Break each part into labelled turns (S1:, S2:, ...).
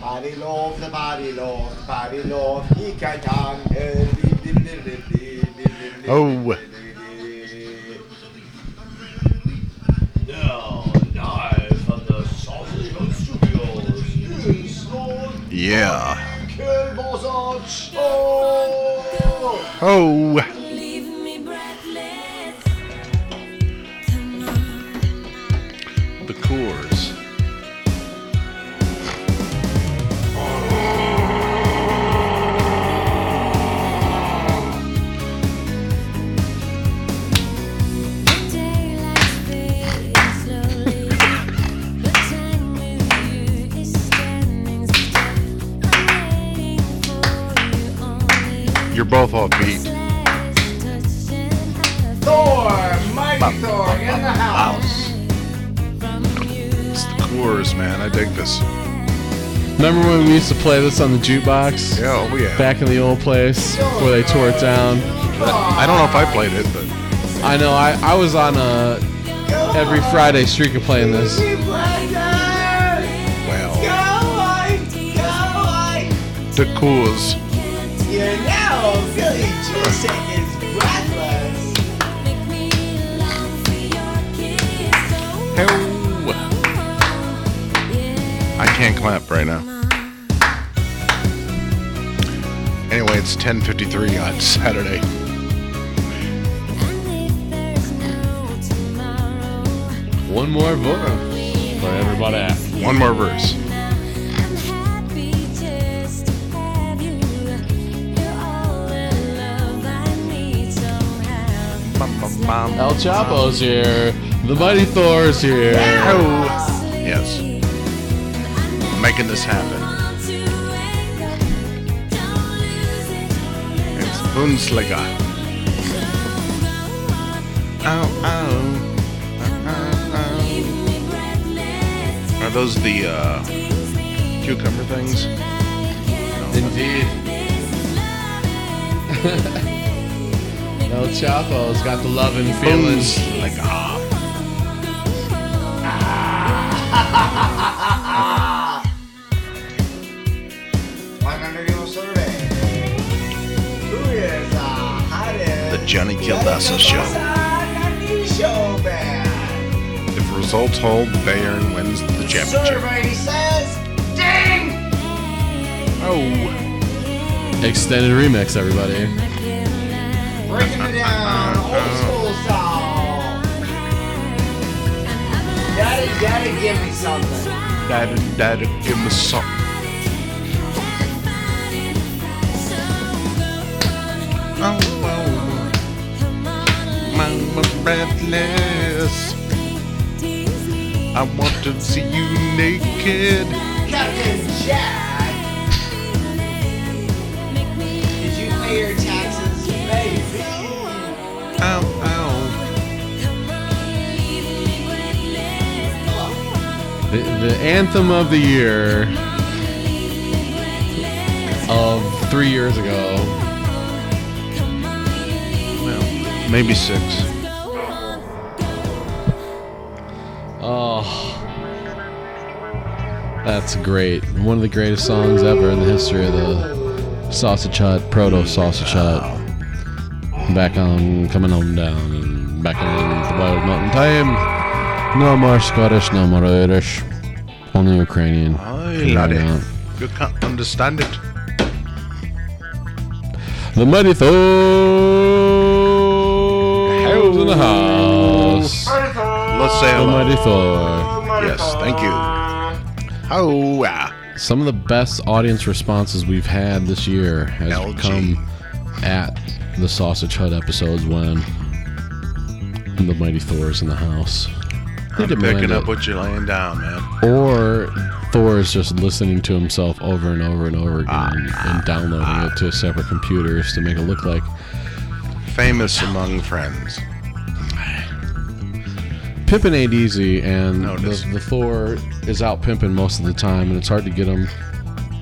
S1: Body love, the body love, body love. Ikatan.
S2: Oh.
S3: Now, live from the Sausage Road Studios, is Lord
S2: Yeah.
S3: Kilbozarch. Oh!
S2: Oh.
S4: Leave me breathless. Come on.
S2: The Coors. You're both off beat.
S1: Thor, Mighty Thor in the house.
S2: It's the Coors, man. I dig this.
S5: Remember when we used to play this on the jukebox?
S2: Yeah, oh yeah.
S5: Back in the old place where they tore it down.
S2: I don't know if I played it, but
S5: I know. I, I was on a every Friday streak of playing this.
S2: wow. The Coors.
S1: You're now really two seconds breathless.
S2: Oh.
S4: oh.
S2: I can't clap right now. Anyway, it's 10:53 on Saturday.
S5: One more vote for everybody. after.
S2: One more verse. Bum, bum, bum.
S5: El Chapo's here. The Mighty Thor's here.
S2: Oh. Yes. Making this happen. It's Bundesliga. Ow, ow. Are those the uh, cucumber things?
S5: Indeed. El Chapo's got the loving feelings.
S2: Bundesliga.
S1: I'm gonna do a survey. Who is the hottest?
S2: The Johnny Kilbasa Show.
S1: Johnny Show band.
S2: If results hold, Bayern wins the championship.
S1: Survey says, ding!
S2: Oh.
S5: Extended remix, everybody.
S1: Breaking it down, old school style. Daddy, daddy, give me something.
S2: Daddy, daddy, give me some. Oh, oh. Mama breathless. I want to see you naked.
S1: Captain Jack. Did you pay your taxes? Maybe.
S2: Ow, ow.
S5: The, the anthem of the year of three years ago.
S2: Well, maybe six.
S5: Oh, that's great. One of the greatest songs ever in the history of the Sausage Hut, Proto Sausage Hut. Back on Coming Home Down and back on The Wild Mountain Time. No more Scottish, no more Irish. Only Ukrainian.
S2: Aye,
S5: Figure it
S2: laddie.
S5: out.
S2: You can't understand it.
S5: The Mighty Thor in the house.
S2: Let's say
S5: The
S2: hello.
S5: Mighty Thor.
S2: Yes, thank you. Oh, ah.
S5: Some of the best audience responses we've had this year has
S2: LG.
S5: come at the Sausage Hut episodes when the Mighty Thor is in the house. They
S2: I'm
S5: demand
S2: picking up
S5: it.
S2: what you're laying down, man.
S5: or Thor is just listening to himself over and over and over again and,
S2: Ah,
S5: and downloading it to separate computers to make it look like
S2: Famous among friends.
S5: pimping ain't easy, and
S2: No, it
S5: the,
S2: isn't.
S5: the Thor is out pimping most of the time, and it's hard to get him.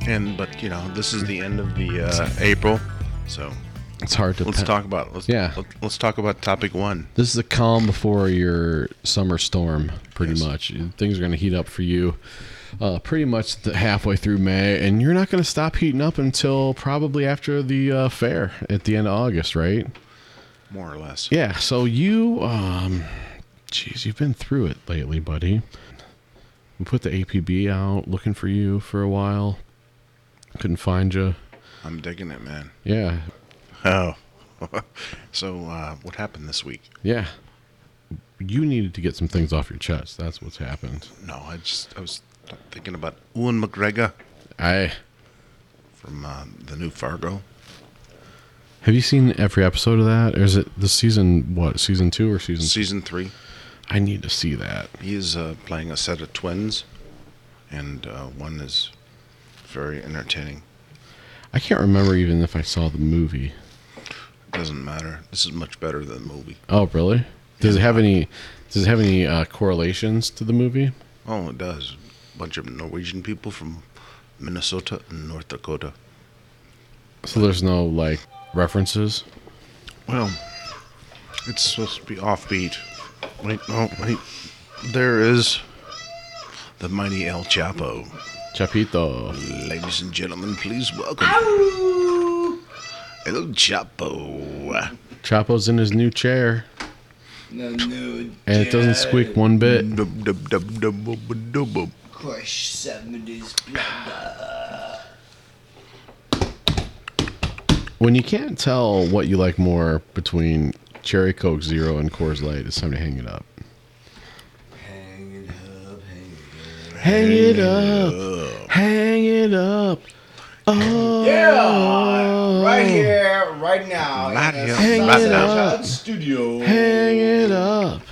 S2: And but you know, this is the end of the uh, April, so
S5: It's hard to.
S2: let's
S5: pimp.
S2: talk about let's
S5: Yeah.
S2: let, let's talk about topic one.
S5: This is the calm before your summer storm, pretty
S2: Yes.
S5: much. Things are going to heat up for you. uh, pretty much the halfway through May, and you're not going to stop heating up until probably after the uh, fair at the end of August, right?
S2: more or less.
S5: Yeah. So you, um, geez, you've been through it lately, buddy. We put the APB out looking for you for a while. Couldn't find you.
S2: I'm digging it, man.
S5: Yeah.
S2: Oh. so, uh, what happened this week?
S5: Yeah. You needed to get some things off your chest. That's what's happened.
S2: No, I just I was thinking about Owen McGregor
S5: I
S2: from uh, the new Fargo.
S5: have you seen every episode of that? Or is it the season what? Season two or season?
S2: Season three.
S5: I need to see that.
S2: He is uh, playing a set of twins, and uh, one is very entertaining.
S5: I can't remember even if I saw the movie.
S2: Doesn't matter. This is much better than the movie.
S5: Oh, really? Does it have any? Does it have any uh, correlations to the movie?
S2: Oh, it does. Bunch of Norwegian people from Minnesota and North Dakota.
S5: So there's no like references.
S2: Well, it's supposed to be offbeat. Wait, no, wait. There is the mighty El Chapo.
S5: Chapito.
S2: Ladies and gentlemen, please welcome El Chapo.
S5: Chapo's in his new chair,
S1: No, no,
S5: and it doesn't squeak one bit.
S2: Dub, dub, dub, dub, dub, dub, dub.
S1: Crush 70s plunder.
S5: When you can't tell what you like more between Cherry Coke Zero and Coors Light, it's time to hang it up.
S1: Hang it up, hang it
S5: Hang it up. Hang it up.
S1: up.
S5: Oh.
S1: Yeah! Right here, right now.
S2: Right
S1: in the
S2: here,
S1: Sausage
S5: right now.
S1: Hut Studio.
S5: Hang it up.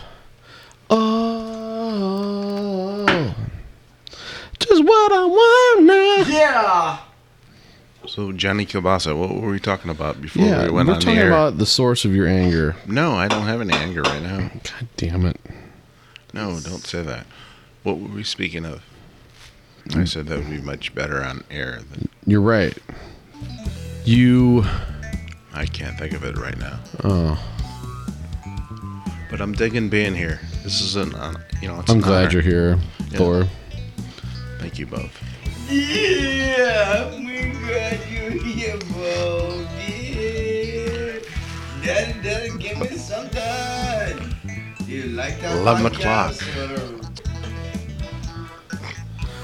S5: Oh. Just what I want now.
S1: Yeah!
S2: So, Johnny Kilbasa, what were we talking about before
S5: Yeah,
S2: we went
S5: we're
S2: on the
S5: talking
S2: air?
S5: about the source of your anger.
S2: no, I don't have any anger right now.
S5: God damn it.
S2: No, don't say that. What were we speaking of?
S5: Hmm.
S2: I said that would be much better on air than
S5: You're right. You. uh,
S2: I can't think of it right now. Oh. But I'm digging being here. This is an, uh, you know, it's
S5: I'm
S2: an
S5: glad
S2: honor.
S5: you're here, Thor.
S2: Thank you both.
S1: Yeah, we got you here, bro. Yeah. Daddy, daddy, give me something. You like that?
S2: 11
S1: podcast,
S2: o'clock.
S1: or-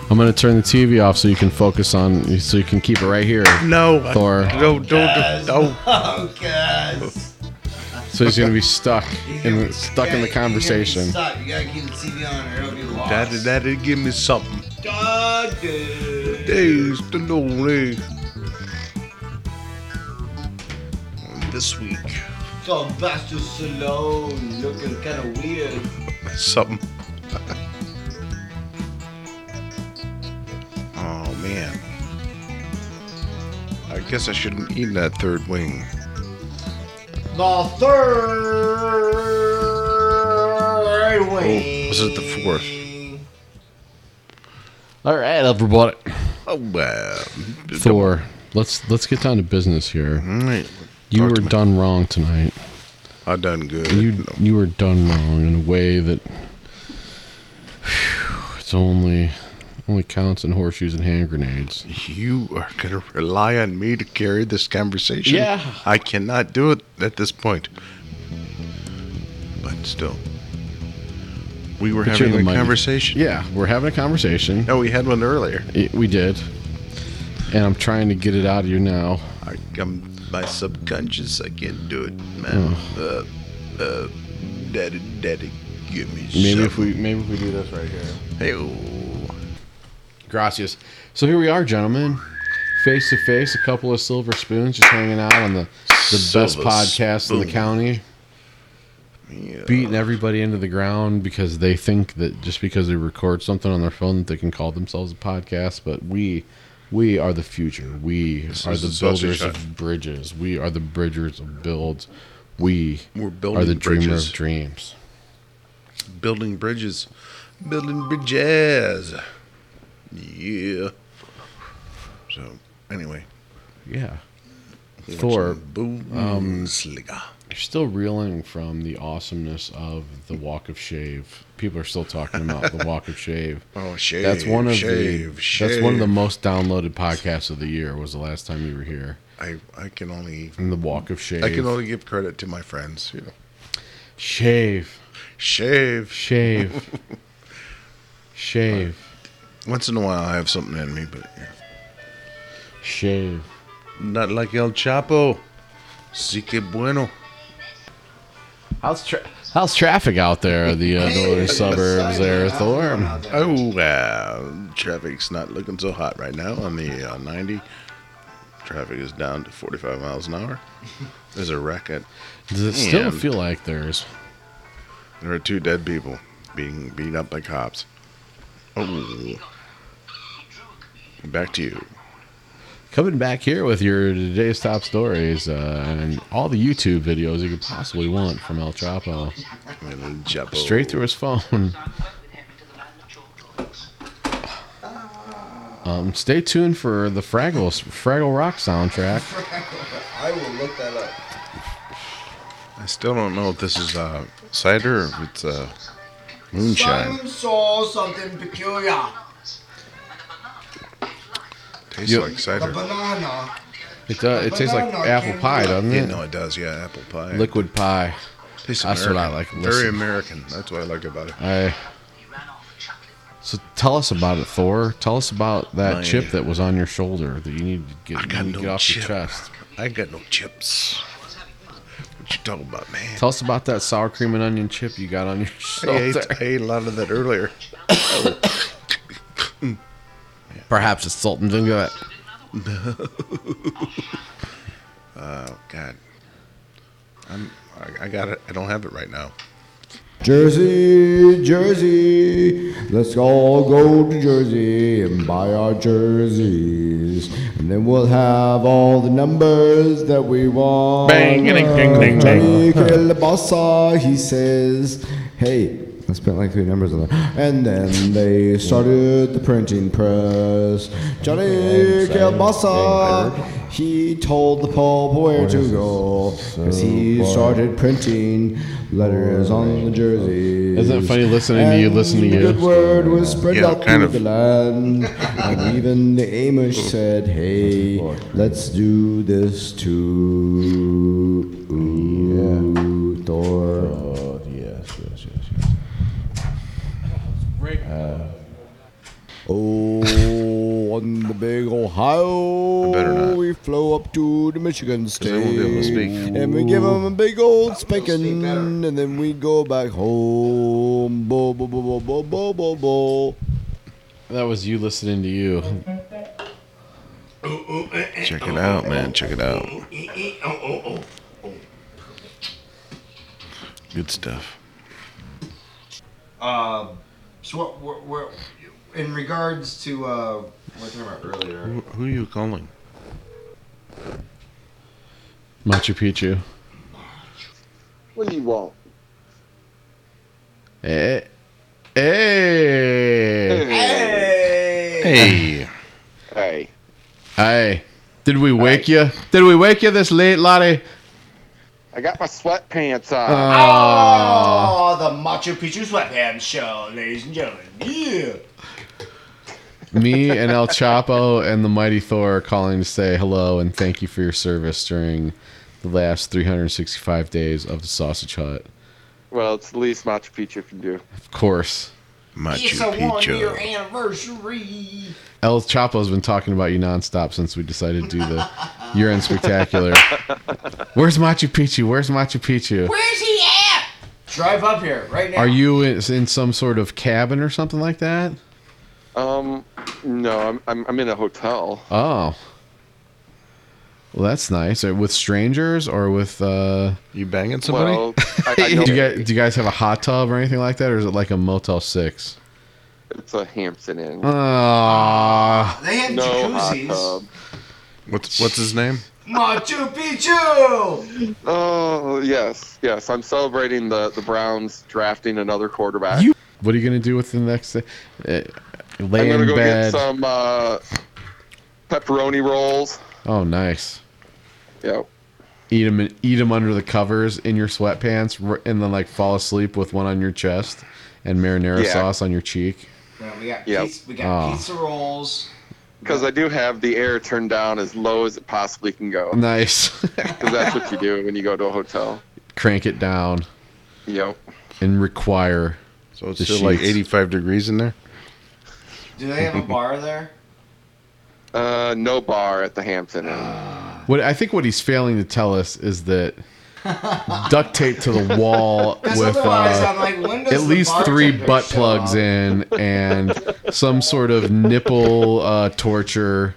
S5: I'm gonna turn the TV off so you can focus on, so you can keep it right here.
S2: No,
S5: Thor.
S2: No, don't, don't, oh,
S1: Podcast.
S5: So he's gonna be stuck
S1: You gotta-
S5: in stuck in
S1: you
S5: the
S1: gotta-
S5: conversation.
S1: You gotta, be stuck. You gotta keep the TV on or it'll be lost.
S2: Daddy, daddy, give me something.
S1: Dog, dude.
S2: Days to know me. This week,
S1: Sylvester Stallone looking kinda weird.
S2: something. oh man. I guess I shouldn't eat that third wing.
S1: The third wing.
S2: Oh, this is the fourth.
S5: All right, everybody.
S2: Oh well.
S5: Thor, let's let's get down to business here.
S2: All right.
S5: You
S2: Talk
S5: were
S2: to me.
S5: done wrong tonight.
S2: I done good.
S5: You you were done wrong in a way that it's only only counts in horseshoes and hand grenades.
S2: You are gonna rely on me to carry this conversation.
S5: Yeah.
S2: I cannot do it at this point. But still, we were
S5: But you're the
S2: having a
S5: mighty-
S2: conversation.
S5: Yeah, we're having a conversation.
S2: No, we had one earlier.
S5: It- we did, and I'm trying to get it out of you now.
S2: I, I'm my subconscious. I can't do it, man.
S5: Oh.
S2: Uh, uh, daddy, daddy, give me.
S5: Maybe if we maybe if we do this right here.
S2: Hey, oh,
S5: Gracias. So here we are, gentlemen, face to face, a couple of silver spoons, just hanging out on the the best
S2: Silver
S5: podcast in the
S2: spoon.
S5: county, beating everybody into the ground because they think that just because they record something on their phone that they can call themselves a podcast. But we, we are the future. We are
S2: is
S5: the
S2: the sausage
S5: builders
S2: hut.
S5: of bridges. We are the bridgers of builds. We
S2: We're
S5: are
S2: building
S5: the dreamer
S2: bridges.
S5: of dreams.
S2: building bridges, building bridges. Yeah. So anyway,
S5: Yeah.
S2: we want
S5: Thor, Um,
S2: some Bundesliga.
S5: You're still reeling from the awesomeness of the Walk of Shave. People are still talking about the Walk of Shave.
S2: Oh, shave.
S5: That's one of
S2: shave,
S5: the
S2: shave.
S5: that's one of the most downloaded podcasts of the year. Was the last time you were here?
S2: I I can only
S5: And the Walk of Shave.
S2: I can only give credit to my friends. You know,
S5: shave,
S2: shave.
S5: shave, shave,
S2: Once in a while, I have something in me, but yeah.
S5: shave.
S2: not like El Chapo. Si que bueno.
S5: How's tra- how's traffic out there? The uh, northern suburbs there, Thor.
S2: Oh, wow. Traffic's not looking so hot right now on the uh, 90. Traffic is down to 45 miles an hour. There's a wreck at.
S5: Does it still
S2: Man.
S5: feel like there's?
S2: There are two dead people being beat up by cops. Oh. Back to you.
S5: Coming back here with your today's top stories uh, and all the YouTube videos you could possibly want from El Chapo,
S2: El Chapo.
S5: straight through his phone. Um, stay tuned for the Fraggle Fraggle Rock soundtrack.
S1: I will look that up.
S2: I still don't know if this is uh, cider or if it's uh, moonshine.
S1: Simon saw something peculiar.
S2: Tastes
S5: Yep.
S2: like
S1: The
S2: cider.
S1: banana.
S5: It uh, it tastes like apple pie, doesn't
S2: Yeah, no,
S5: it?
S2: it does. Yeah, apple pie.
S5: Liquid pie.
S2: Tastes
S5: That's what I like.
S2: Very
S5: Listen.
S2: American. That's what I like about it.
S5: I. So tell us about it, Thor. Tell us about that
S2: My-
S5: chip that was on your shoulder that you need to get,
S2: I got
S5: you need to
S2: no
S5: get off
S2: chip.
S5: your chest.
S2: I got no chips. What you talking about, man?
S5: Tell us about that sour cream and onion chip you got on your
S2: I ate,
S5: shoulder.
S2: I ate a lot of that earlier.
S5: Perhaps it's salt and vinegar.
S2: Oh God, I'm. I, I got it. I don't have it right now.
S6: Jersey, Jersey, let's all go to Jersey and buy our jerseys. And then we'll have all the numbers that we want.
S5: Bang, ding, ding, ding,
S6: Johnny Calabasa, he says, hey, I spent like three numbers on that. And then they started the printing press. Johnny Calabasa, he told the Pope where to go. Because he started printing letters on the jerseys.
S5: Isn't it funny listening to you listen to
S6: And the
S5: you?
S6: Good word was spread
S2: Yeah,
S6: out
S2: kind
S6: through
S2: of.
S6: the land. and even the Amish said, hey, let's do this too. Ooh, Thor.
S7: yes, yes, yes, yes.
S6: Oh, on the big Ohio.
S2: I better not.
S6: We flow up to the Michigan state.
S2: they won't be able to speak.
S6: And we give them a big old
S1: speak
S6: spanking.
S1: better.
S6: And then we go back home. Bo, bo, bo, bo, bo, bo, bo, bo.
S5: That was you listening to you.
S2: Check it out, man. Check it out. Good stuff.
S1: Uh, so what, what, what, in regards to uh, what we were talking about earlier,
S2: Who, who are you calling?
S5: Machu Picchu.
S8: What do you want?
S5: Hey. eh. Hey.
S2: Hey,
S8: Hey,
S5: Hey. Did we wake you? Did we wake you this late, Lottie?
S8: I got my sweatpants on.
S5: Uh.
S1: oh, the Machu Picchu sweatpants show, ladies and gentlemen. Yeah.
S5: Me and El Chapo and the Mighty Thor are calling to say hello and thank you for your service during the last 365 days of the Sausage Hut.
S8: Well, it's the least Machu Picchu can do.
S5: Of course.
S1: It's
S2: Machu
S1: a one-year
S2: Picchu.
S1: anniversary.
S5: El Chapo's been talking about you nonstop since we decided to do the Year End Spectacular. Where's Machu Picchu? Where's Machu Picchu?
S1: Where's he at? Drive up here right now.
S5: Are you in, in some sort of cabin or something like that?
S8: Um, no, I'm I'm, I'm in a hotel.
S5: Oh. Well, that's nice. Uh, With strangers or with. Uh,
S2: You banging somebody?
S8: Well, I, I know
S5: do, you guys, do you guys have a hot tub or anything like that? Or is it like a Motel 6?
S8: it's a Hampton Inn.
S5: Uh, Ah,
S1: They had
S8: no hot
S1: jacuzzis.
S8: tub.
S2: what's what's his name?
S1: Machu Picchu.
S8: Oh yes, yes. I'm celebrating the the Browns drafting another quarterback.
S5: You- what are you going to do with the next day? Uh,
S8: I'm
S5: lay
S8: gonna
S5: in
S8: go
S5: bed.
S8: get some uh, pepperoni rolls.
S5: Oh, nice.
S8: Yep.
S5: eat them, eat them under the covers in your sweatpants, r- and then like fall asleep with one on your chest and marinara
S8: Yeah.
S5: sauce on your cheek.
S1: Well, we got
S8: Yep.
S1: pizza, we got
S5: Oh.
S1: pizza rolls.
S8: Because I do have the air turned down as low as it possibly can go.
S5: Nice.
S8: Because that's what you do when you go to a hotel.
S5: Crank it down
S8: Yep.
S5: and require.
S2: So it's
S5: The
S2: still like
S5: sheets.
S2: 85 degrees in there.
S1: Do they have a bar there?
S8: Uh, no bar at the Hampton Inn.
S5: What I think what he's failing to tell us is that duct tape to the wall
S1: Because
S5: with
S1: otherwise,
S5: uh,
S1: I'm like, when does
S5: at
S1: the
S5: least three
S1: bartender
S5: butt
S1: show
S5: plugs
S1: up?
S5: in and some sort of nipple uh, torture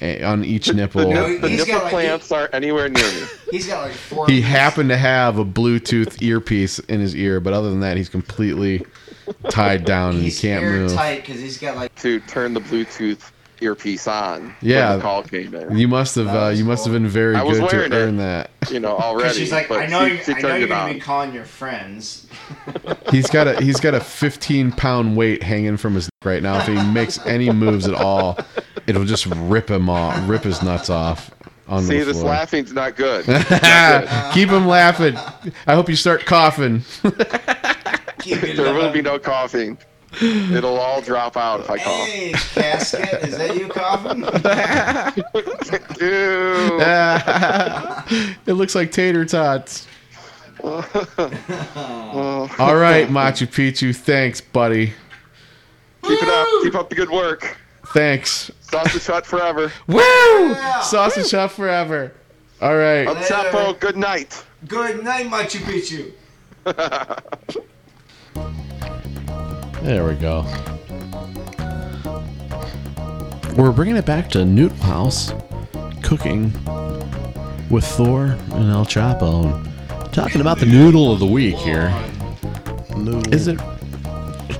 S5: eh, on each nipple.
S1: No, he-
S8: the
S1: he's
S8: nipple
S1: got, like,
S8: clamps aren't anywhere near me.
S1: He's got like four.
S5: He
S1: pieces.
S5: happened to have a Bluetooth earpiece in his ear, but other than that, he's completely tied down and he
S1: He's
S5: can't move.
S1: airtight because he's got like.
S8: to turn the Bluetooth earpiece on.
S5: Yeah.
S8: When the call came in.
S5: You must have
S1: That
S5: uh,
S1: was
S5: you must have been very
S8: I was
S5: good
S8: wearing
S5: to
S8: it.
S5: earn that.
S8: You know,
S1: 'cause
S8: already.
S1: she's like,
S8: but
S1: I know,
S8: she, she
S1: you, I know
S8: turned
S1: you're
S8: it
S1: gonna be
S8: on.
S1: calling your friends.
S5: He's got a he's got a 15 pound weight hanging from his neck right now. If he makes any moves at all, it'll just rip him off, rip his nuts off on
S8: See,
S5: the
S8: this
S5: floor.
S8: laughing's not good. Not good.
S5: Keep him laughing. I hope you start coughing.
S1: Keep it
S8: there will
S1: up.
S8: be no coughing. It'll all drop out if I cough.
S1: Hey, casket, is that you coughing?
S8: Ew.
S5: it looks like tater tots.
S8: Oh.
S5: All right, Machu Picchu. Thanks, buddy.
S8: Keep it up. Keep up the good work.
S5: Thanks.
S8: Sausage shot forever.
S5: Woo! Sausage shop forever. All right.
S8: El Chapo, good night.
S1: Good night, Machu Picchu.
S5: There we go. We're bringing it back to Newt House, cooking with Thor and El Chapo, and talking about the noodle of the week here. Is it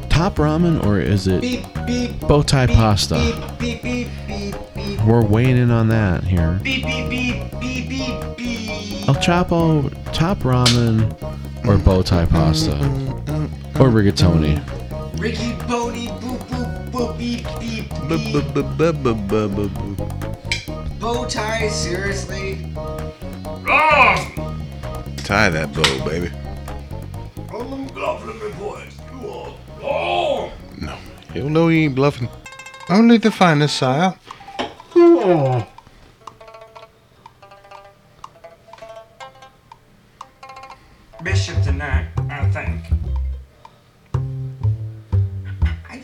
S5: top ramen or is it
S1: Beep, beep.
S5: bow tie
S1: beep,
S5: pasta?
S1: Beep, beep, beep, beep,
S5: We're weighing in on that here.
S1: beep, beep, beep, beep, beep, beep, beep.
S5: El Chapo, top ramen or bow tie pasta or rigatoni?
S1: Ricky Bodie, boop, boop, boop, beep, beep, beep.
S2: Bow
S1: Bow tie, seriously?
S2: Tie that bow, baby. No, he'll know he ain't bluffing.
S9: Only the finest, sire.
S10: Bishop tonight, I think.
S1: I,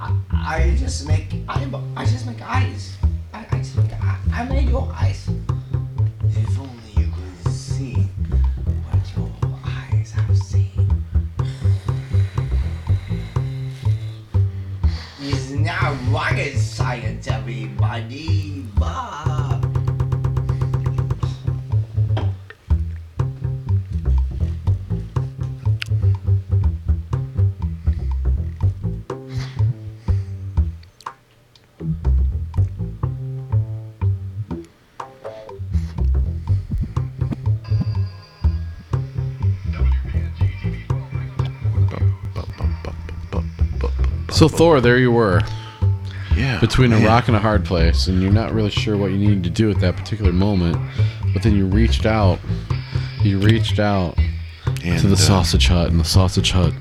S1: I, I just make, I, I just make eyes. I, I just make, I, I made your eyes. If only you could see what your eyes have seen. It's not rocket science, everybody, but
S5: So Thor, there you were.
S2: Yeah.
S5: between a rock and a hard place, and you're not really sure what you needed to do at that particular moment. But then you reached out, you reached out
S2: and,
S5: to the
S2: uh,
S5: sausage hut, and the sausage hut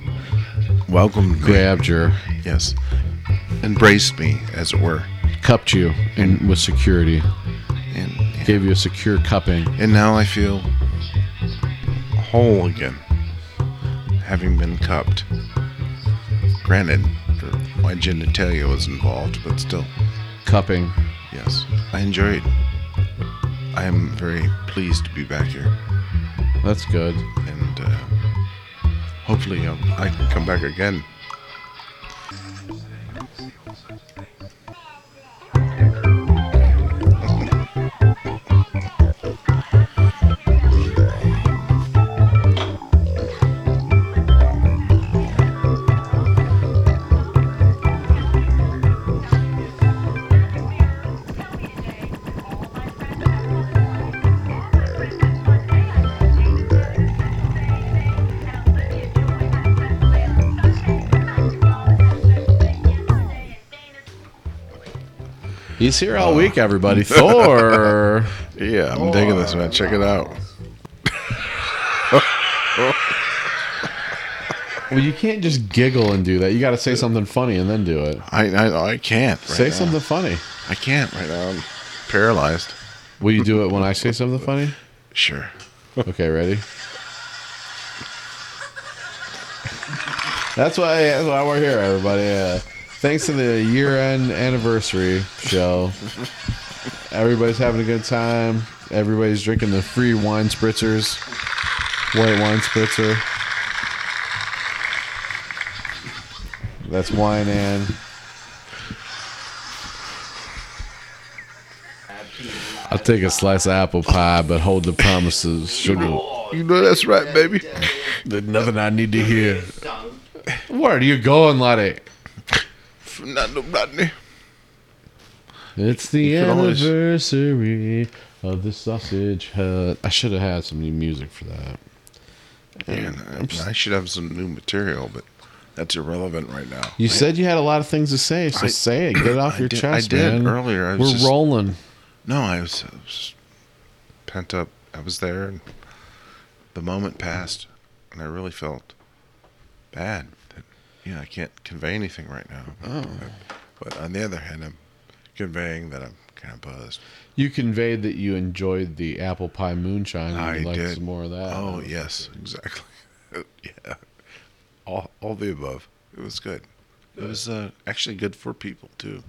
S2: Welcome, Graham.
S5: grabbed you,
S2: Yes. Embraced me, as it were.
S5: cupped you, and with security
S2: And,
S5: gave you a secure cupping.
S2: and now I feel whole again, having been cupped. Granted, my genitalia was involved, but still.
S5: Cupping.
S2: Yes, I enjoyed. I am very pleased to be back here,
S5: That's good.
S2: and uh, hopefully I'll, I can come back again.
S5: He's here all week, everybody. Thor.
S2: Uh, Yeah, I'm digging this man. Check it out.
S5: Well, you can't just giggle and do that. You got to say something funny and then do it.
S2: I I, I can't. right
S5: say
S2: now.
S5: something funny.
S2: I can't right now. I'm paralyzed.
S5: Will you do it when I say something funny?
S2: Sure.
S5: Okay, ready? That's why, that's why we're here, everybody. Uh, thanks to the year end anniversary show. Everybody's having a good time. Everybody's drinking the free wine spritzers, white wine spritzer. That's wine and. I'll take a slice of apple pie, but hold the promises. Sugar.
S2: You know that's right, baby.
S5: There's nothing I need to hear. Where are you going, Lottie?
S2: Fernando Rodney.
S5: It's the
S2: should always-
S5: anniversary of the sausage hut. I should have had some new music for that.
S2: Yeah, uh, I, I should have some new material, but that's irrelevant right now.
S5: You said you had a lot of things to say, so
S2: I-
S5: say it. Get it off
S2: I
S5: your
S2: did- I
S5: chest,
S2: did
S5: man.
S2: earlier. I was
S5: We're
S2: just-
S5: rolling.
S2: No, I was, I was pent up. I was there, and the moment passed, and I really felt bad. That, yeah, I can't convey anything right now. Oh. But, but on the other hand, I'm conveying that I'm kind of buzzed.
S5: You conveyed that you enjoyed the apple pie moonshine.
S2: I
S5: and you
S2: did.
S5: liked some more of that.
S2: Oh yes, exactly. yeah, all all the above. It was good. It was uh, actually good for people too,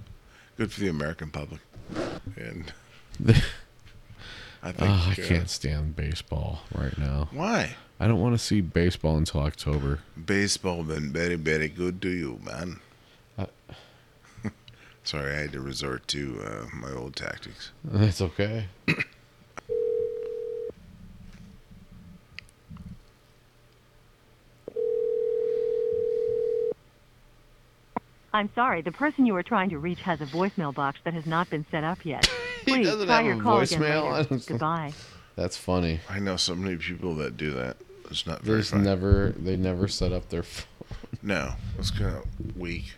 S2: good for the American public, and I think.
S5: Oh, I
S2: uh,
S5: can't stand baseball right now.
S2: Why?
S5: I don't want to see baseball until October.
S2: Baseball been very very good to you, man.
S5: Uh,
S2: Sorry, I had to resort to uh, my old tactics.
S5: That's okay.
S11: I'm sorry, the person you are trying to reach has a voicemail box that has not been set up yet.
S5: He
S11: Please
S5: doesn't
S11: try
S5: have
S11: your
S5: a
S11: call again
S5: voicemail. I
S11: later.
S5: don't-
S11: Goodbye.
S5: That's funny.
S2: I know so many people that do that. It's not very
S5: There's
S2: fun.
S5: never they never set up their. Phone.
S2: no, it's kind of weak,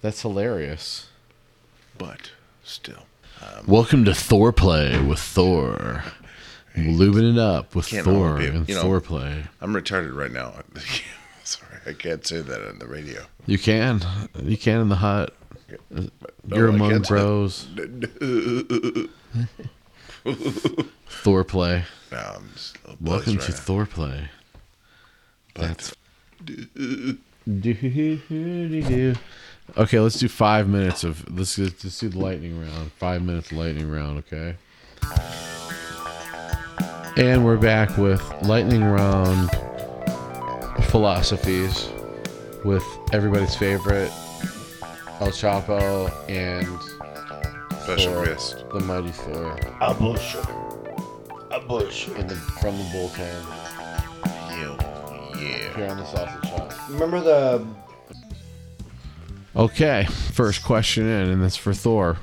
S5: That's hilarious.
S2: but still.
S5: Welcome to Thor Play with Thor. Lubing it up with
S2: Can't
S5: Thor
S2: all be-
S5: and
S2: you know-
S5: Thor Play.
S2: I'm retarded right now. Sorry, I can't say that on the radio.
S5: You can. You can in the hut. You're
S2: I
S5: among
S2: can't say-
S5: bros. Thor Play.
S2: No, I'm just a little buzzed
S5: Welcome
S2: right
S5: to
S2: now.
S5: Thor Play. That's. Okay, let's do five minutes of. Let's just let's do the lightning round. Five minutes of lightning round, okay? And we're back with lightning round philosophies with everybody's favorite El Chapo and
S2: Special
S5: Thor,
S2: guest.
S5: the Mighty Thor,
S3: A bullshit. A bullshit.
S5: in the, from the bullpen
S2: Yeah, yeah.
S5: here on the sausage shop.
S3: Remember the
S5: Okay, first question in, and that's for Thor.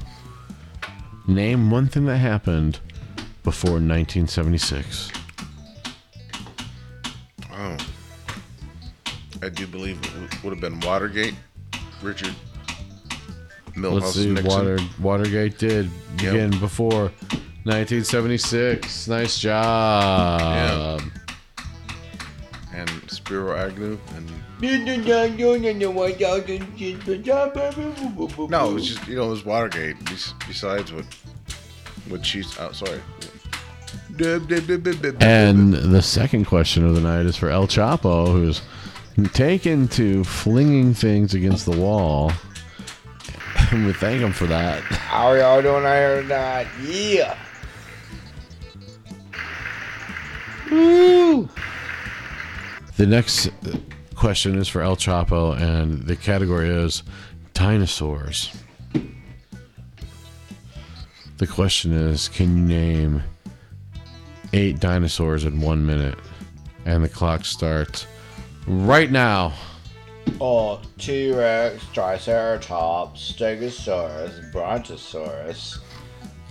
S5: Name one thing that happened before 1976.
S2: Oh, I do believe it w- would have been Watergate, Richard Milhouse
S5: Let's see,
S2: Nixon.
S5: Water, Watergate did begin before 1976. Nice job.
S2: and Spiro Agnew and no, it was just you know it was Watergate. bes- Besides what what she's oh sorry.
S5: And the second question of the night is for El Chapo, who's taken to flinging things against the wall. we thank him for that.
S1: How y'all doing I heard that? Yeah.
S5: The next question is for El Chapo, and the category is dinosaurs. The question is Can you name eight dinosaurs in one minute? And the clock starts right now.
S3: Oh, T Rex, Triceratops, Stegosaurus, Brontosaurus,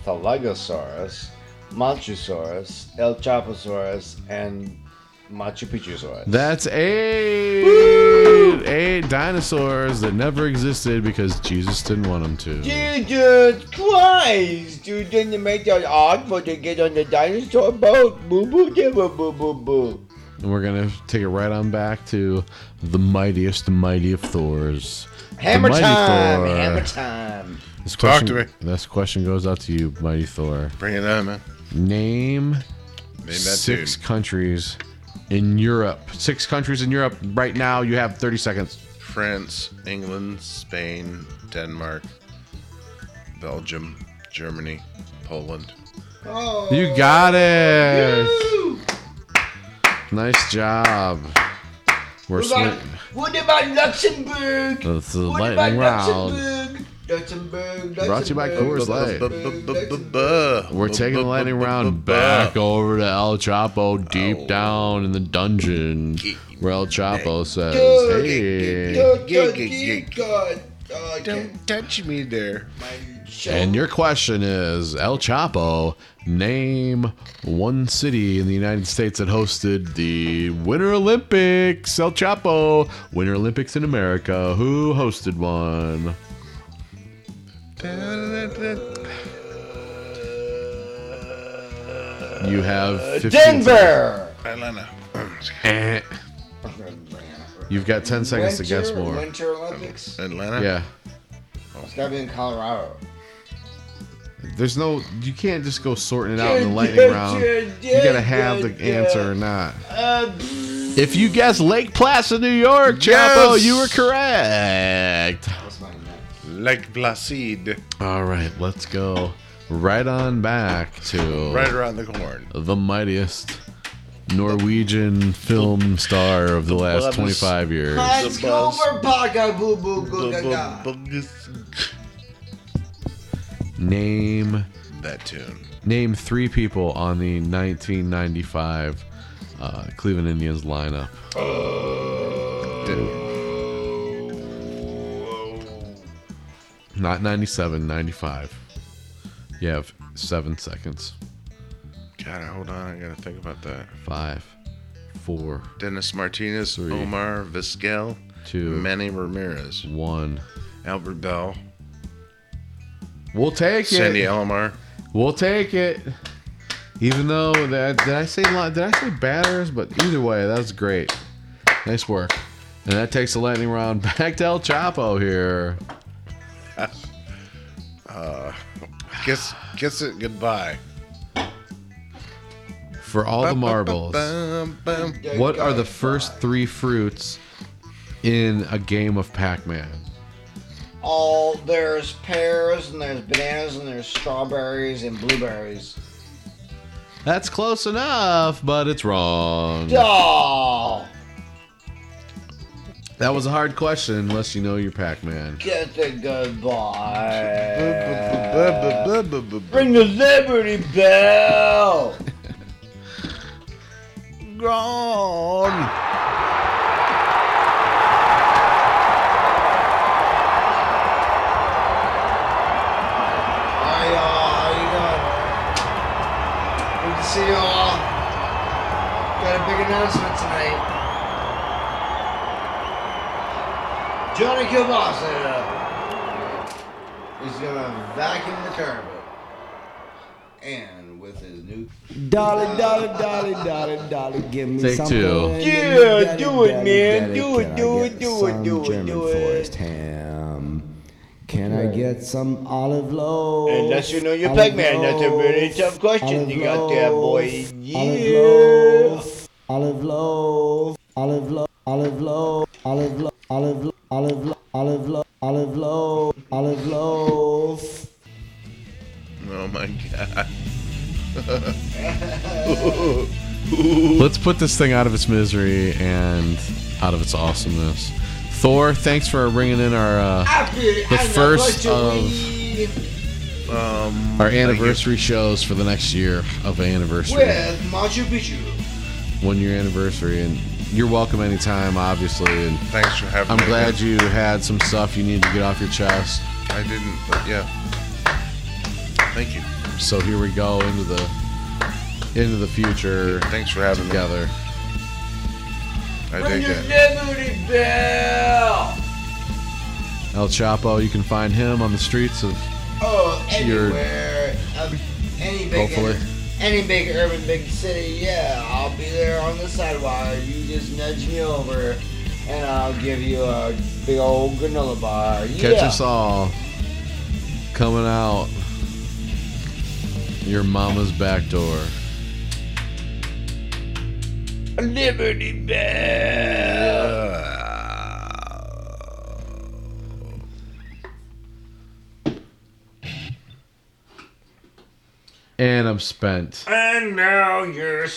S3: Thalagosaurus, Montrosaurus, El Chaposaurus, and Machu Picchusaurus.
S5: That's eight, eight dinosaurs that never existed because Jesus didn't want them to.
S3: Jesus Christ! You didn't make that odd for to get on the dinosaur boat. Boo boo dibba boo boo boo.
S5: And we're going to take it right on back to the mightiest, mighty of Thors. The
S1: Hammer
S5: mighty
S1: time!
S5: Thor.
S1: Hammer time!
S5: This
S2: Talk
S5: question,
S2: to
S5: This question goes out to you, Mighty Thor.
S2: Bring it on, man.
S5: Name,
S2: that
S5: six countries in Europe. Six countries in Europe right now. You have 30 seconds.
S2: France, England, Spain, Denmark, Belgium, Germany, Poland.
S5: You got it. Nice job. We're
S1: What about,
S5: swing-
S1: what about Luxembourg?
S5: That's the
S1: what
S5: lightning
S1: about
S5: round.
S1: Luxembourg? Luxembourg, Luxembourg.
S5: Brought to you by Coors Light. We're taking the lightning round back over to El Chapo deep down in the dungeon where El Chapo says, Hey.
S1: Oh,
S2: Don't touch me there.
S5: And your question is El Chapo, name one city in the United States that hosted the Winter Olympics. El Chapo, Winter Olympics in America. Who hosted one? You have 15 seconds.
S1: Denver!
S2: Atlanta.
S5: Eh. You've got 10 seconds to guess
S1: Winter-
S5: more.
S1: Winter Olympics?
S2: Atlanta?
S5: Yeah.
S1: It's gotta be in Colorado.
S5: There's no, you can't just go sorting it out in the lightning round. You gotta have the answer or not.
S1: Uh,
S5: If you guessed Lake Placid, New York, Chapo, you were correct.
S2: Lake Placid.
S5: All right, let's go right on back to
S2: Right around the corner.
S5: the mightiest Norwegian film star of the last
S2: Bob's-
S5: 25 years.
S1: Hans
S2: The bus.
S1: Gruber, Baga, Boo Boo, Goo Ga Ga.
S5: Name
S2: That tune.
S5: name three people on the 1995 uh, Cleveland Indians lineup. Not 97, 95. You have seven seconds.
S2: Gotta hold on. I gotta think about that.
S5: Five, four,
S2: Dennis Martinez,
S5: Three.
S2: Omar Vizquel,
S5: two,
S2: Manny Ramirez,
S5: one.
S2: Albert Bell,
S5: We'll take it.
S2: Sandy Alomar.
S5: We'll take it. Even though that did I say li- did I say batters? But either way, that was great. Nice work. And that takes the lightning round back to El Chapo here.
S2: Kiss, kiss it goodbye.
S5: For all the marbles,
S2: Bum, bum.
S5: what are the first three fruits in a game of Pac-Man?
S1: All there's pears and there's bananas and there's strawberries and blueberries.
S5: That's close enough, but it's wrong.
S1: Oh,
S5: That was a hard question, unless you know your Pac-Man.
S1: get the goodbye. Ring
S2: Bring
S1: the Liberty Bell.
S2: on.
S1: Hi, y'all. How you doing? Good to see y'all. Got a big announcement tonight. Johnny Kilbasa is gonna vacuum the carpet, and with his new
S6: Dolly, dolly, dolly, dolly, dolly, give me
S5: Take
S6: something.
S5: two.
S1: Yeah, do it, man. Do it,
S6: Can
S1: do
S6: I
S1: it,
S6: get
S1: do it,
S6: some
S1: do it,
S6: German
S1: do it.
S6: forest ham. Can I get some olive loaf?
S1: Unless you know your
S6: Olive
S1: Pac-Man, that's a really
S6: loaf,
S1: tough question
S6: olive
S1: you got there, boy.
S6: loaf,
S1: Yeah.
S6: Olive loaf, olive loaf, olive loaf, olive loaf, olive loaf, olive loaf, olive loaf, olive loaf, olive loaf.
S2: Oh my god.
S5: Let's put this thing out of its misery and out of its awesomeness. Thor, thanks for bringing in our uh, the first of
S2: Um,
S5: our anniversary shows for the next year of anniversary,
S1: with Machu Picchu.
S5: one year anniversary, and you're welcome anytime, obviously. And
S2: thanks for having
S5: I'm
S2: me.
S5: glad you had some stuff you needed to get off your chest.
S2: I didn't, but yeah. Thank you.
S5: So here we go into the into the future
S2: Thanks for having me.
S5: together.
S2: I
S1: Bring
S2: dig
S1: your
S2: that.
S1: Liberty Bell.
S5: El Chapo, you can find him on the streets of
S1: Oh,
S5: Your-
S1: anywhere. Of any bacon.
S5: Hopefully.
S1: any big urban, big city, yeah, I'll be there on the sidewalk. You just nudge me over, and I'll give you a big old granola bar.
S5: Catch
S1: yeah.
S5: us all coming out your mama's back door.
S1: Liberty Bell.
S5: And I'm spent.
S12: And now you're